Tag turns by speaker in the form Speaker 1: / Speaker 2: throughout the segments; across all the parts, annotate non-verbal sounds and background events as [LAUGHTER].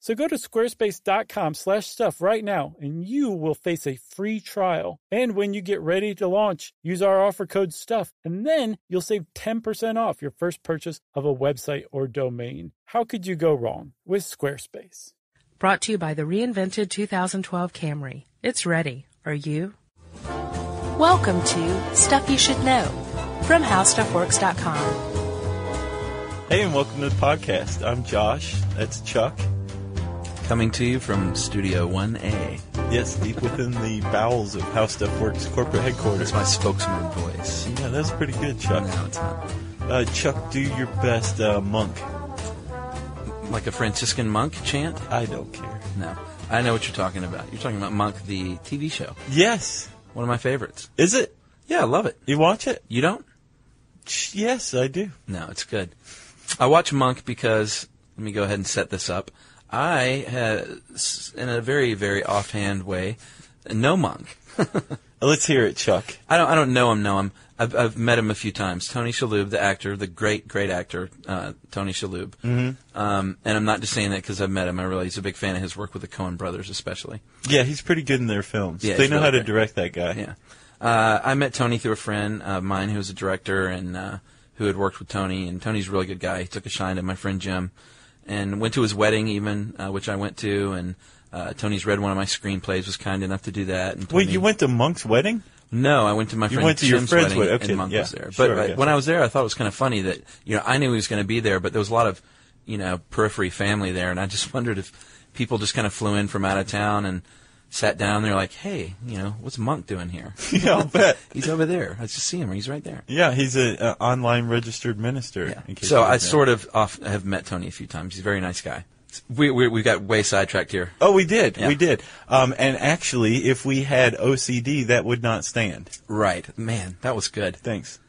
Speaker 1: So go to squarespace.com slash stuff right now and you will face a free trial. And when you get ready to launch, use our offer code stuff and then you'll save 10% off your first purchase of a website or domain. How could you go wrong with Squarespace?
Speaker 2: Brought to you by the reinvented 2012 Camry. It's ready. Are you?
Speaker 3: Welcome to Stuff You Should Know from HowStuffWorks.com.
Speaker 4: Hey, and welcome to the podcast. I'm Josh. That's Chuck.
Speaker 5: Coming to you from Studio 1A.
Speaker 4: Yes, deep within the bowels of How Stuff Works corporate headquarters.
Speaker 5: That's my spokesman voice.
Speaker 4: yeah, that's pretty good, Chuck.
Speaker 5: No, it's not.
Speaker 4: Uh, Chuck, do your best, uh, monk.
Speaker 5: Like a Franciscan monk chant?
Speaker 4: I don't care.
Speaker 5: No. I know what you're talking about. You're talking about Monk, the TV show.
Speaker 4: Yes,
Speaker 5: One of my favorites.
Speaker 4: is it?
Speaker 5: Yeah, I love it.
Speaker 4: You watch it?
Speaker 5: You don't?
Speaker 4: Sh- Yes, I do.
Speaker 5: No, it's good. I watch Monk because, let me go ahead and set this up. I, uh, s- in a very, very offhand way, know Monk.
Speaker 4: Uh, Let's hear it, Chuck.
Speaker 5: I don't, I don't know him, know him. I've, I've met him a few times. Tony Shalhoub, the actor, the great, great actor, uh, Tony Shalhoub. Mm-hmm. Um, and I'm not just saying that because I've met him. I realize he's a big fan of his work with the Coen brothers, especially.
Speaker 4: Yeah, he's pretty good in their films.
Speaker 5: Yeah,
Speaker 4: they
Speaker 5: he's
Speaker 4: know how
Speaker 5: really
Speaker 4: to
Speaker 5: great.
Speaker 4: direct that guy.
Speaker 5: Yeah. Uh, I met Tony through a friend of mine who was a director and uh, who had worked with Tony. And Tony's a really good guy. He took a shine to my friend Jim, and went to his wedding even, uh, which I went to. And uh, Tony's read one of my screenplays. Was kind enough to do that. And
Speaker 4: Wait,
Speaker 5: Tony-
Speaker 4: you went to Monk's wedding? [LAUGHS]
Speaker 5: No, I went to my friend
Speaker 4: went to your
Speaker 5: Jim's
Speaker 4: friend's
Speaker 5: wedding,
Speaker 4: wedding. Okay,
Speaker 5: and Monk
Speaker 4: yeah,
Speaker 5: was there. But
Speaker 4: sure, I
Speaker 5: uh,
Speaker 4: guess.
Speaker 5: when I was there, I thought it was kind of funny that you know I knew he was going to be there, but there was a lot of you know periphery family there, and I just [LAUGHS] wondered if people just kind of flew in from out of town and sat down. They're like, hey, you know, what's Monk doing here?
Speaker 4: [LAUGHS] yeah, I'll bet.
Speaker 5: He's over there. I just see him. He's right there.
Speaker 4: Yeah, he's an online registered minister.
Speaker 5: Yeah.
Speaker 4: in case
Speaker 5: So
Speaker 4: you
Speaker 5: I
Speaker 4: didn't know.
Speaker 5: sort of off, have met Tony a few times. He's a very nice guy. We we we got way sidetracked here.
Speaker 4: Oh, we did.
Speaker 5: Yeah.
Speaker 4: We did. Um, and actually, if we had OCD, that would not stand.
Speaker 5: Right, man, that was good.
Speaker 4: Thanks.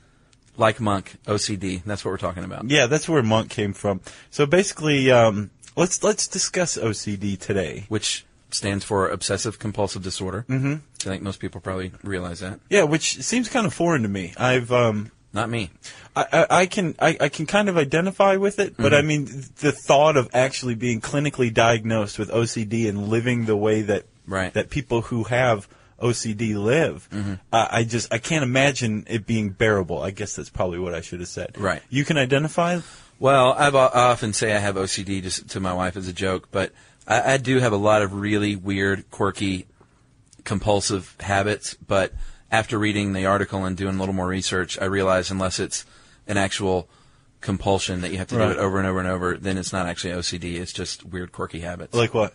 Speaker 5: Like Monk, OCD. That's what we're talking about.
Speaker 4: Yeah, that's where monk came from. So basically, um, let's let's discuss OCD today.
Speaker 5: Which stands for obsessive compulsive disorder. Mm-hmm. I think most people probably realize that.
Speaker 4: Yeah, which seems kind of foreign to me. I've um,
Speaker 5: Not me.
Speaker 4: I, I, I can I, I can kind of identify with it, but I
Speaker 5: Mm-hmm.
Speaker 4: mean the thought of actually being clinically diagnosed with OCD and living the way that
Speaker 5: Right. Mm-hmm.
Speaker 4: that people who have OCD live, I, I just I can't imagine it being bearable. I guess that's probably what I should have said.
Speaker 5: Right.
Speaker 4: You can identify.
Speaker 5: Well, I've, I often say I have OCD just to my wife as a joke, but I, I do have a lot of really weird, quirky, compulsive habits. But after reading the article and doing a little more research, I realize unless it's an actual compulsion that you have to do
Speaker 4: Right.
Speaker 5: it over and over and over, then it's not actually OCD. It's just weird, quirky habits.
Speaker 4: Like what?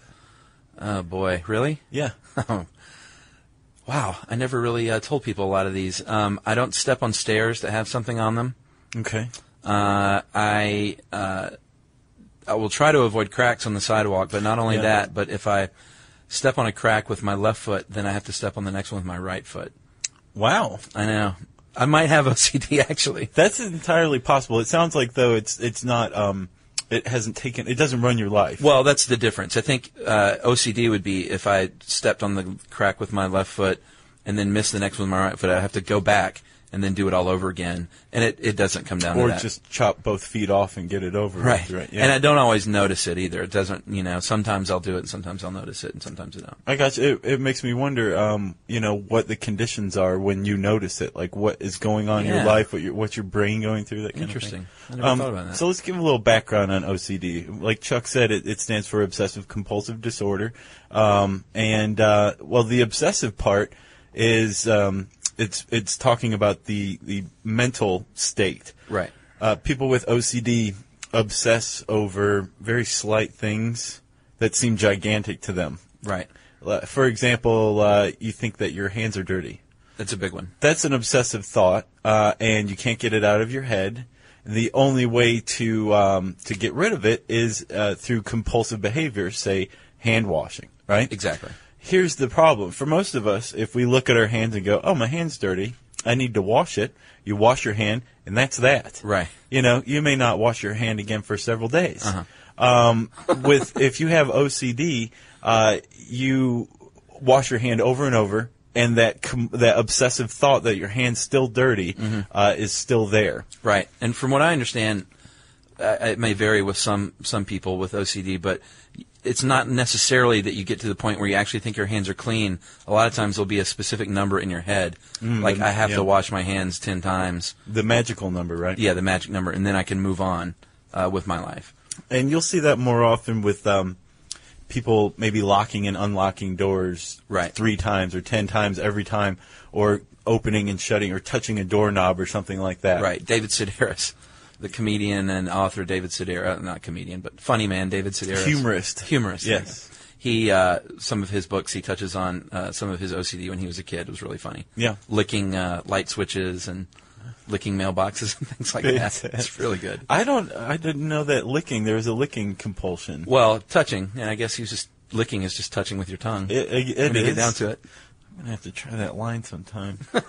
Speaker 5: oh boy, really? [LAUGHS]
Speaker 4: Yeah.
Speaker 5: Wow, I never really uh, told people a lot of these. Um, I don't step on stairs that have something on them.
Speaker 4: Okay.
Speaker 5: Uh, I uh, I will try to avoid cracks on the sidewalk, but not only
Speaker 4: Yeah.
Speaker 5: that, but if I step on a crack with my left foot, then I have to step on the next one with my right foot.
Speaker 4: Wow.
Speaker 5: I know. I might have [LAUGHS] OCD actually.
Speaker 4: That's entirely possible. It sounds like though it's it's not um it hasn't taken it doesn't run your life.
Speaker 5: Well, that's the difference. I think uh, OCD would be if I stepped on the crack with my left foot and then missed the next one with my right foot. I have to go back and then do it all over again, and it, it doesn't come down
Speaker 4: or
Speaker 5: to that.
Speaker 4: just chop both feet off and get it over with,
Speaker 5: Right.
Speaker 4: right. Yeah.
Speaker 5: And I don't always notice it either. It doesn't, you know, sometimes I'll do it and sometimes I'll notice it and sometimes I don't.
Speaker 4: I got you. It, it makes me wonder, um, you know, what the conditions are when you notice it. Like, what is going on in
Speaker 5: Yeah.
Speaker 4: your life? What your what's your brain going through? That kind
Speaker 5: Interesting.
Speaker 4: Of
Speaker 5: I
Speaker 4: thing.
Speaker 5: never
Speaker 4: Um,
Speaker 5: thought about that.
Speaker 4: So let's give a little background on OCD. Like Chuck said, it, it stands for obsessive compulsive disorder. Um, and uh, well, the obsessive part is um, it's it's talking about the the mental state.
Speaker 5: Right.
Speaker 4: Uh, people with OCD obsess over very slight things that seem gigantic to them.
Speaker 5: Right.
Speaker 4: Like, Uh, For example, uh, you think that your hands are dirty.
Speaker 5: That's a big one.
Speaker 4: That's an obsessive thought, uh, and you can't get it out of your head. The only way to um, to get rid of it is uh, through compulsive behavior, say hand washing. Right.
Speaker 5: Exactly.
Speaker 4: Here's the problem. For most of us, if we look at our hands and go, "Oh, my hand's dirty. I need to wash it." You wash your hand, and that's that.
Speaker 5: Right. Uh-huh.
Speaker 4: You know, you may not wash your hand again for several days. Um, with if you have OCD, uh, you wash your hand over and over, and that com- that obsessive thought that your hand's still dirty
Speaker 5: Mm-hmm.
Speaker 4: uh, is still there.
Speaker 5: Right. And from what I understand, uh, it may vary with some some people with OCD, but it's not necessarily that you get to the point where you actually think your hands are clean. A lot of times there'll be a specific number in your head, like I have
Speaker 4: Mm, yeah.
Speaker 5: to wash my hands ten times.
Speaker 4: The magical number, right?
Speaker 5: Yeah, the magic number, and then I can move on uh, with my life.
Speaker 4: And you'll see that more often with um, people maybe locking and unlocking doors
Speaker 5: Right.
Speaker 4: three times or ten times every time, or opening and shutting or touching a doorknob or something like that.
Speaker 5: Right. David Sedaris, the comedian and author David Sedaris, uh, not comedian, but funny man David Sedaris.
Speaker 4: Humorist.
Speaker 5: Humorist. there you
Speaker 4: Yes.
Speaker 5: go. He uh, some of his books he touches on uh, some of his OCD when he was a kid it was really funny.
Speaker 4: Yeah.
Speaker 5: Licking uh, light switches and licking mailboxes [LAUGHS] and things like
Speaker 4: [LAUGHS]
Speaker 5: that. It's really good.
Speaker 4: I don't. I didn't know that licking. There was a licking compulsion.
Speaker 5: Well, touching, and I guess he was just licking is just touching with your tongue.
Speaker 4: It, it, it
Speaker 5: when you
Speaker 4: is.
Speaker 5: get down to it.
Speaker 4: I'm gonna have to try that line sometime. [LAUGHS]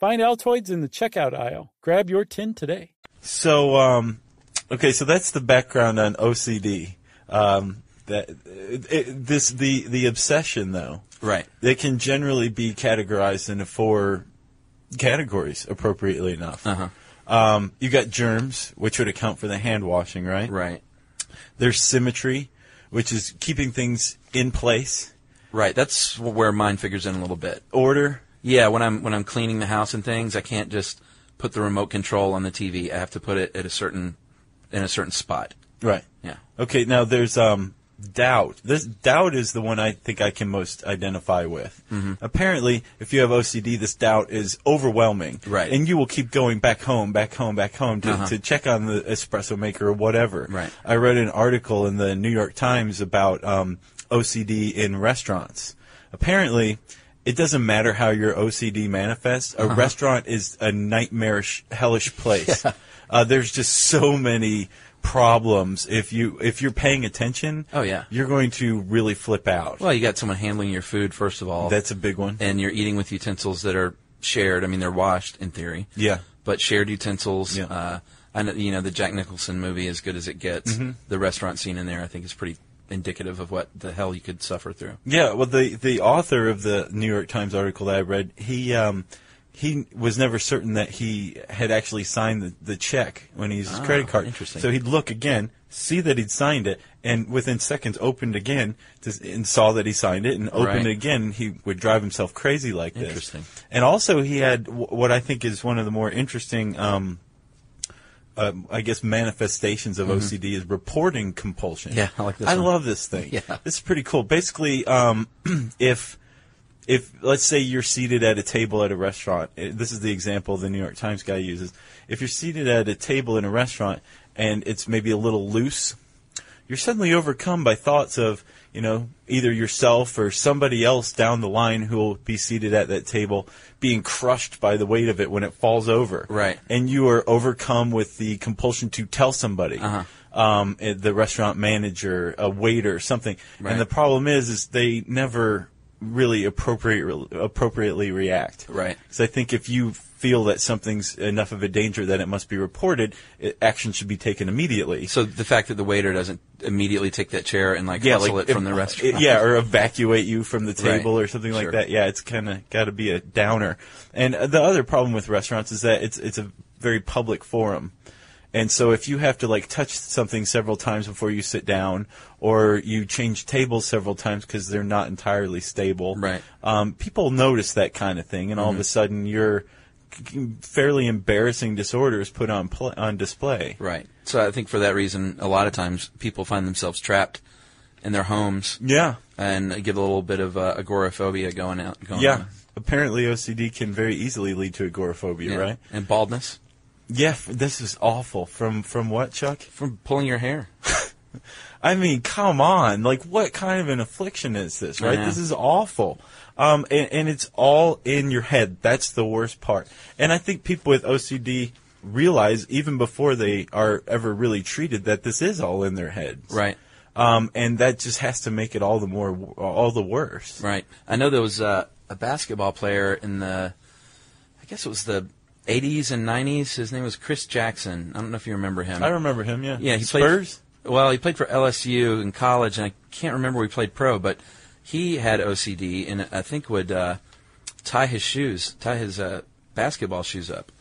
Speaker 1: Find Altoids in the checkout aisle. Grab your tin today.
Speaker 4: So, um, okay, so that's the background on OCD. Um, that it, it, this the the obsession though.
Speaker 5: Right.
Speaker 4: They can generally be categorized into four categories, appropriately enough.
Speaker 5: Uh huh.
Speaker 4: Um, you got germs, which would account for the hand washing, right?
Speaker 5: Right.
Speaker 4: There's symmetry, which is keeping things in place.
Speaker 5: Right. That's where mine figures in a little bit.
Speaker 4: Order,
Speaker 5: Yeah, when I'm when I'm cleaning the house and things, I can't just put the remote control on the TV. I have to put it at a certain in a certain spot.
Speaker 4: right?
Speaker 5: Yeah.
Speaker 4: Okay, now there's um, doubt. This doubt is the one I think I can most identify with.
Speaker 5: Mm-hmm.
Speaker 4: Apparently, if you have OCD, this doubt is overwhelming,
Speaker 5: Right.
Speaker 4: And you will keep going back home, back home, back home to, to check on the espresso maker or whatever.
Speaker 5: Uh-huh. Right.
Speaker 4: I read an article in the New York Times about um, OCD in restaurants. Apparently. It doesn't matter how your OCD manifests.
Speaker 5: Uh-huh.
Speaker 4: A restaurant is a nightmarish,
Speaker 5: [LAUGHS]
Speaker 4: hellish place. Uh, there's just so many problems. If you if you're paying attention,
Speaker 5: Oh, yeah.
Speaker 4: you're going to really flip out.
Speaker 5: Well, you got someone handling your food first of all.
Speaker 4: That's a big one.
Speaker 5: and you're eating with utensils that are shared. I mean, they're washed in theory.
Speaker 4: Yeah.
Speaker 5: But shared utensils.
Speaker 4: Yeah.
Speaker 5: Uh, I know, you know the Jack Nicholson movie, as good as it gets.
Speaker 4: Mm-hmm.
Speaker 5: The restaurant scene in there, I think, is pretty indicative of what the hell you could suffer through.
Speaker 4: Yeah, well, the the author of the New York Times article that I read, he um, he was never certain that he had actually signed the, the check when he used his credit card.
Speaker 5: Ah, interesting.
Speaker 4: So he'd look again, see that he'd signed it, and within seconds opened again to, s- and saw that he signed it, and opened
Speaker 5: Right.
Speaker 4: it again. He would drive himself crazy like this.
Speaker 5: Interesting.
Speaker 4: And also, he had w- what I think is one of the more interesting. Um, um, I guess manifestations of OCD is reporting compulsion.
Speaker 5: Mm-hmm. [LAUGHS] Yeah, I like this
Speaker 4: I
Speaker 5: one.
Speaker 4: love this thing.
Speaker 5: Yeah.
Speaker 4: This is pretty cool. Basically, um, [CLEARS THROAT] if if let's say you're seated at a table at a restaurant, eh, this is the example the New York Times guy uses. If you're seated at a table in a restaurant and it's maybe a little loose, you're suddenly overcome by thoughts of, you know, either yourself or somebody else down the line who will be seated at that table being crushed by the weight of it when it falls over.
Speaker 5: Right.
Speaker 4: And you are overcome with the compulsion to tell somebody.
Speaker 5: Uh-huh.
Speaker 4: Um, eh, the restaurant manager, a waiter, something.
Speaker 5: Right.
Speaker 4: And the problem is, is they never really appropriate, appropriately react.
Speaker 5: Right.
Speaker 4: Because I think if you feel that something's enough of a danger that it must be reported, it, action should be taken immediately.
Speaker 5: So the fact that the waiter doesn't immediately take that chair and like hustle it
Speaker 4: if- [LAUGHS]
Speaker 5: from the restaurant.
Speaker 4: yeah, or evacuate you from the
Speaker 5: Right.
Speaker 4: table or something like
Speaker 5: Sure.
Speaker 4: that. Yeah, it's kind of got to be a downer. And uh, the other problem with restaurants is that it's it's a very public forum. And so if you have to like touch something several times before you sit down or you change tables several times cuz they're not entirely stable.
Speaker 5: Right. Mm-hmm.
Speaker 4: Um, people notice that kind of thing and all of a sudden your fairly embarrassing disorder is put on pl- on display.
Speaker 5: Right. So I think for that reason, a lot of times people find themselves trapped in their homes
Speaker 4: Yeah.
Speaker 5: and get a little bit of uh, agoraphobia going out. Going
Speaker 4: Yeah.
Speaker 5: on.
Speaker 4: Apparently, OCD can very easily lead to agoraphobia,
Speaker 5: Yeah.
Speaker 4: right?
Speaker 5: And baldness
Speaker 4: Yeah, f- this is awful. From from what, Chuck?
Speaker 5: from pulling your hair.
Speaker 4: I mean, come on. Like, what kind of an affliction is this, right?
Speaker 5: Yeah.
Speaker 4: This is awful. Um, and, and it's all in your head. That's the worst part. And I think people with OCD realize even before they are ever really treated that this is all in their heads.
Speaker 5: Right.
Speaker 4: Um, and that just has to make it all the more, all the worse.
Speaker 5: Right. I know there was uh, a basketball player in the, I guess it was the 80s and 90s. His name was Chris Jackson. I don't know if you remember him.
Speaker 4: I remember him, yeah.
Speaker 5: Yeah, he
Speaker 4: Spurs?
Speaker 5: played. Well, he played for LSU in college, and I can't remember where he played pro, but he had OCD, and I think would uh, tie his shoes, tie his uh, basketball shoes up,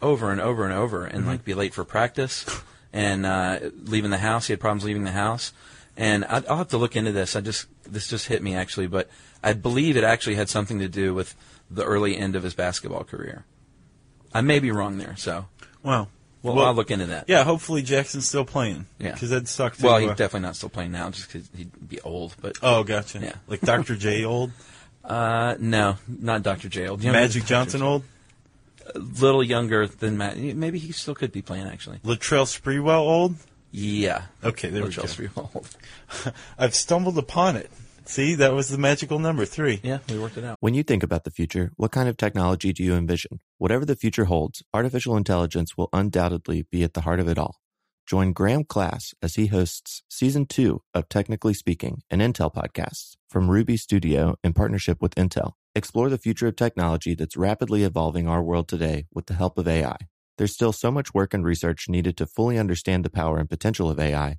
Speaker 5: over and over and over, and like be late for practice, and uh, leaving the house. He had problems leaving the house, and I, I'll have to look into this. I just this just hit me actually, but I believe it actually had something to do with the early end of his basketball career. I may be wrong there, so
Speaker 4: Wow.
Speaker 5: well, I'll look into that.
Speaker 4: Yeah, hopefully Jackson's still playing.
Speaker 5: Yeah.
Speaker 4: Because that'd suck to,
Speaker 5: Well, he's
Speaker 4: uh,
Speaker 5: definitely not still playing now, just because he'd be old. But
Speaker 4: Oh, gotcha.
Speaker 5: Yeah.
Speaker 4: Like
Speaker 5: [LAUGHS]
Speaker 4: Dr. J old,
Speaker 5: uh, no, not Dr. J. Old. You know,
Speaker 4: Magic
Speaker 5: Dr.
Speaker 4: Johnson
Speaker 5: J.
Speaker 4: old,
Speaker 5: little younger than Matt. Maybe he still could be playing actually.
Speaker 4: Latrell Sprewell old.
Speaker 5: Yeah.
Speaker 4: Okay, there we
Speaker 5: Which
Speaker 4: go.
Speaker 5: else are you
Speaker 6: [LAUGHS]
Speaker 5: old?
Speaker 4: I've stumbled upon it. See, that was the magical number three.
Speaker 5: Yeah, we worked it out.
Speaker 7: When you think about the future, what kind of technology do you envision? Whatever the future holds, artificial intelligence will undoubtedly be at the heart of it all. Join Graham Class as he hosts season two of Technically Speaking, an Intel podcast from Ruby Studio in partnership with Intel. Explore the future of technology that's rapidly evolving our world today with the help of AI. There's still so much work and research needed to fully understand the power and potential of AI,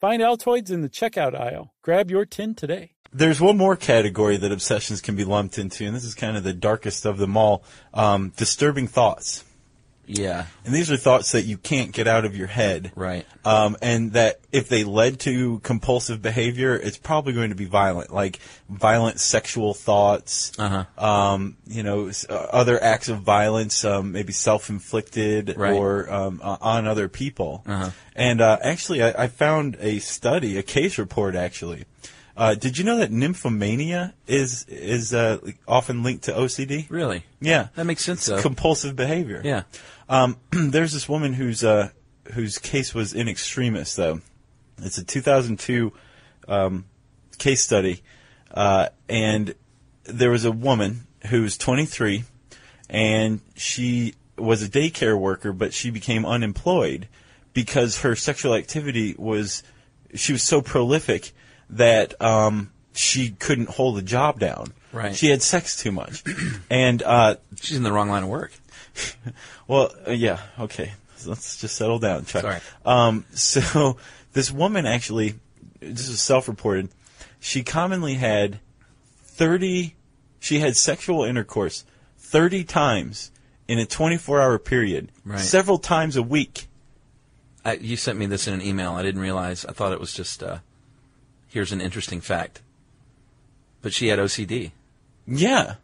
Speaker 1: Find Altoids in the checkout aisle. Grab your tin today.
Speaker 4: There's one more category that obsessions can be lumped into, and this is kind of the darkest of them all. Um, disturbing thoughts.
Speaker 5: Yeah.
Speaker 4: And these are thoughts that you can't get out of your head.
Speaker 5: Right.
Speaker 4: Um, and that if they led to compulsive behavior, it's probably going to be violent, like violent sexual thoughts,
Speaker 5: Uh-huh.
Speaker 4: um, you know, s- uh, other acts of violence, um, maybe self-inflicted
Speaker 5: Right. Uh-huh.
Speaker 4: or um, uh, on other people. And uh, actually, I, I found a study, a case report, actually. Uh, did you know that nymphomania is is uh, often linked to OCD?
Speaker 5: Really.
Speaker 4: Yeah,
Speaker 5: That makes sense though.
Speaker 4: compulsive behavior.
Speaker 5: yeah.
Speaker 4: Um, [CLEARS THROAT] there's this woman whose uh, whose case was in extremis, though. It's a 2002 um, case study, uh, and there was a woman who's 23, and she was a daycare worker, but she became unemployed because her sexual activity was she was so prolific that um, she couldn't hold a job down.
Speaker 6: Right.
Speaker 4: She had sex too much, [CLEARS THROAT] and uh,
Speaker 6: She's in the wrong line of work.
Speaker 4: well, uh, yeah, okay. So let's just settle down, Chuck.
Speaker 6: Sorry.
Speaker 4: Um, so [LAUGHS] this woman actually, this is self-reported. She commonly had thirty. She had sexual intercourse thirty times in a 24-hour period,
Speaker 6: Right.
Speaker 4: several times a week.
Speaker 6: I, you sent me this in an email. I didn't realize. I thought it was just uh, here's an interesting fact. But she had OCD.
Speaker 4: Yeah.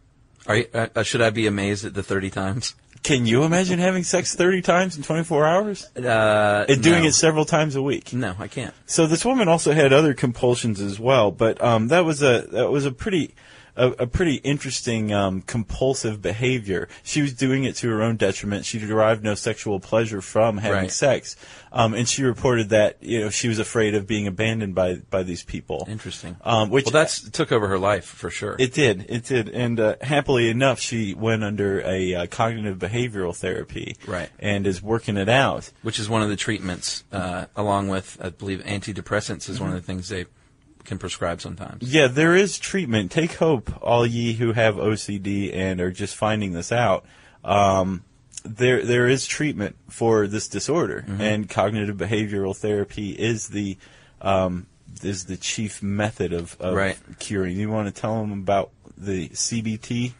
Speaker 6: Are you, uh, uh, should I be amazed at the 30 times?
Speaker 4: Can you imagine having sex 30 times in 24 hours?
Speaker 6: Uh,
Speaker 4: And doing
Speaker 6: no.
Speaker 4: it several times a week.
Speaker 6: No, I can't.
Speaker 4: So this woman also had other compulsions as well, but um, that was a that was a pretty a, a pretty interesting um, compulsive behavior. She was doing it to her own detriment. She derived no sexual pleasure from having
Speaker 6: Right.
Speaker 4: sex, um, and she reported that you know she was afraid of being abandoned by by these people.
Speaker 6: Interesting.
Speaker 4: Um, which
Speaker 6: well, that's took over her life for sure.
Speaker 4: it did, it did, and uh, happily enough, she went under a uh, cognitive behavioral therapy,
Speaker 6: Right.
Speaker 4: and is working it out.
Speaker 6: which is one of the treatments, uh, along with I believe antidepressants is one of the things they can prescribe sometimes.
Speaker 4: Mm-hmm. Yeah, there is treatment. Take hope, all ye who have OCD and are just finding this out. Um, there, there is treatment for this disorder,
Speaker 6: Mm-hmm.
Speaker 4: and cognitive behavioral therapy is the um, is the chief method of, of
Speaker 6: Right.
Speaker 4: curing. You want to tell them about the CBT?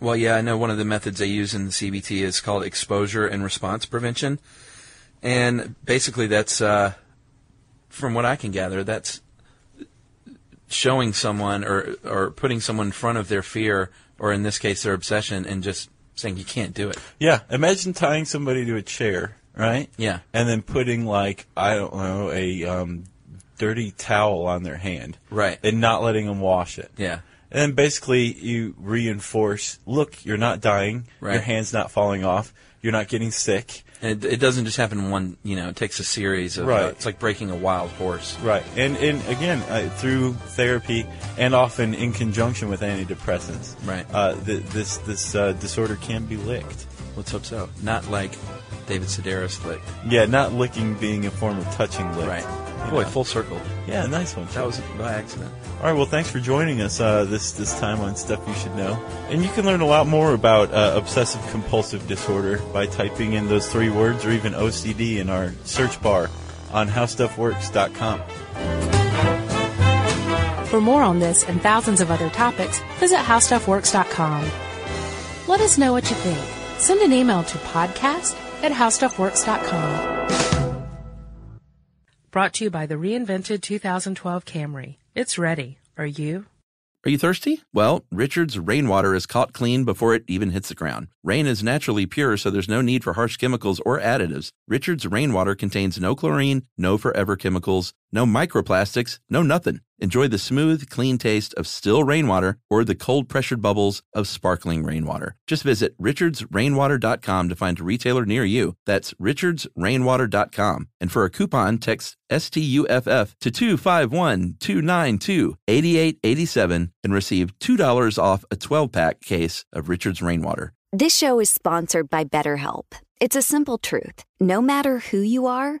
Speaker 6: Well, yeah, I know one of the methods they use in the CBT is called exposure and response prevention, and basically that's, uh, from what I can gather, that's showing someone or or putting someone in front of their fear or in this case their obsession and just saying you can't do it.
Speaker 4: Yeah, imagine tying somebody to a chair, right?
Speaker 6: Yeah.
Speaker 4: and then putting like I don't know a um, dirty towel on their hand,
Speaker 6: Right.
Speaker 4: and not letting them wash it.
Speaker 6: Yeah.
Speaker 4: And then basically you reinforce, look, you're not dying.
Speaker 6: Right.
Speaker 4: Your hand's not falling off. You're not getting sick.
Speaker 6: And it, it doesn't just happen in one, you know, it takes a series of, uh,
Speaker 4: Right.
Speaker 6: it's like breaking a wild horse.
Speaker 4: Right. And, and again, uh, through therapy and often in conjunction with antidepressants,
Speaker 6: Right.
Speaker 4: uh, th- this, this uh, disorder can be licked.
Speaker 6: Let's hope so. Not like David Sedaris lick.
Speaker 4: Yeah, not licking being a form of touching lick.
Speaker 6: Right.
Speaker 4: You
Speaker 6: Boy,
Speaker 4: know.
Speaker 6: full circle.
Speaker 4: Yeah, nice one.
Speaker 6: That was by accident.
Speaker 4: All right, well, thanks for joining us uh, this this time on Stuff You Should Know. And you can learn a lot more about uh, obsessive compulsive disorder by typing in those three words or even OCD in our search bar on howstuffworks.com.
Speaker 3: For more on this and thousands of other topics, visit howstuffworks.com. Let us know what you think. Send an email to podcast at howstuffworks.com.
Speaker 2: Brought to you by the reinvented 2012 Camry. It's ready. Are you?
Speaker 5: Are you thirsty? Well, Richard's rainwater is caught clean before it even hits the ground. Rain is naturally pure, so there's no need for harsh chemicals or additives. Richard's rainwater contains no chlorine, no forever chemicals, no microplastics, no nothing. Enjoy the smooth, clean taste of still rainwater or the cold pressured bubbles of sparkling rainwater. Just visit richardsrainwater.com to find a retailer near you. That's richardsrainwater.com. And for a coupon, text STUFF to 251-292-8887 and receive $2 off a 12-pack case of Richard's Rainwater.
Speaker 8: This show is sponsored by BetterHelp. It's a simple truth. No matter who you are,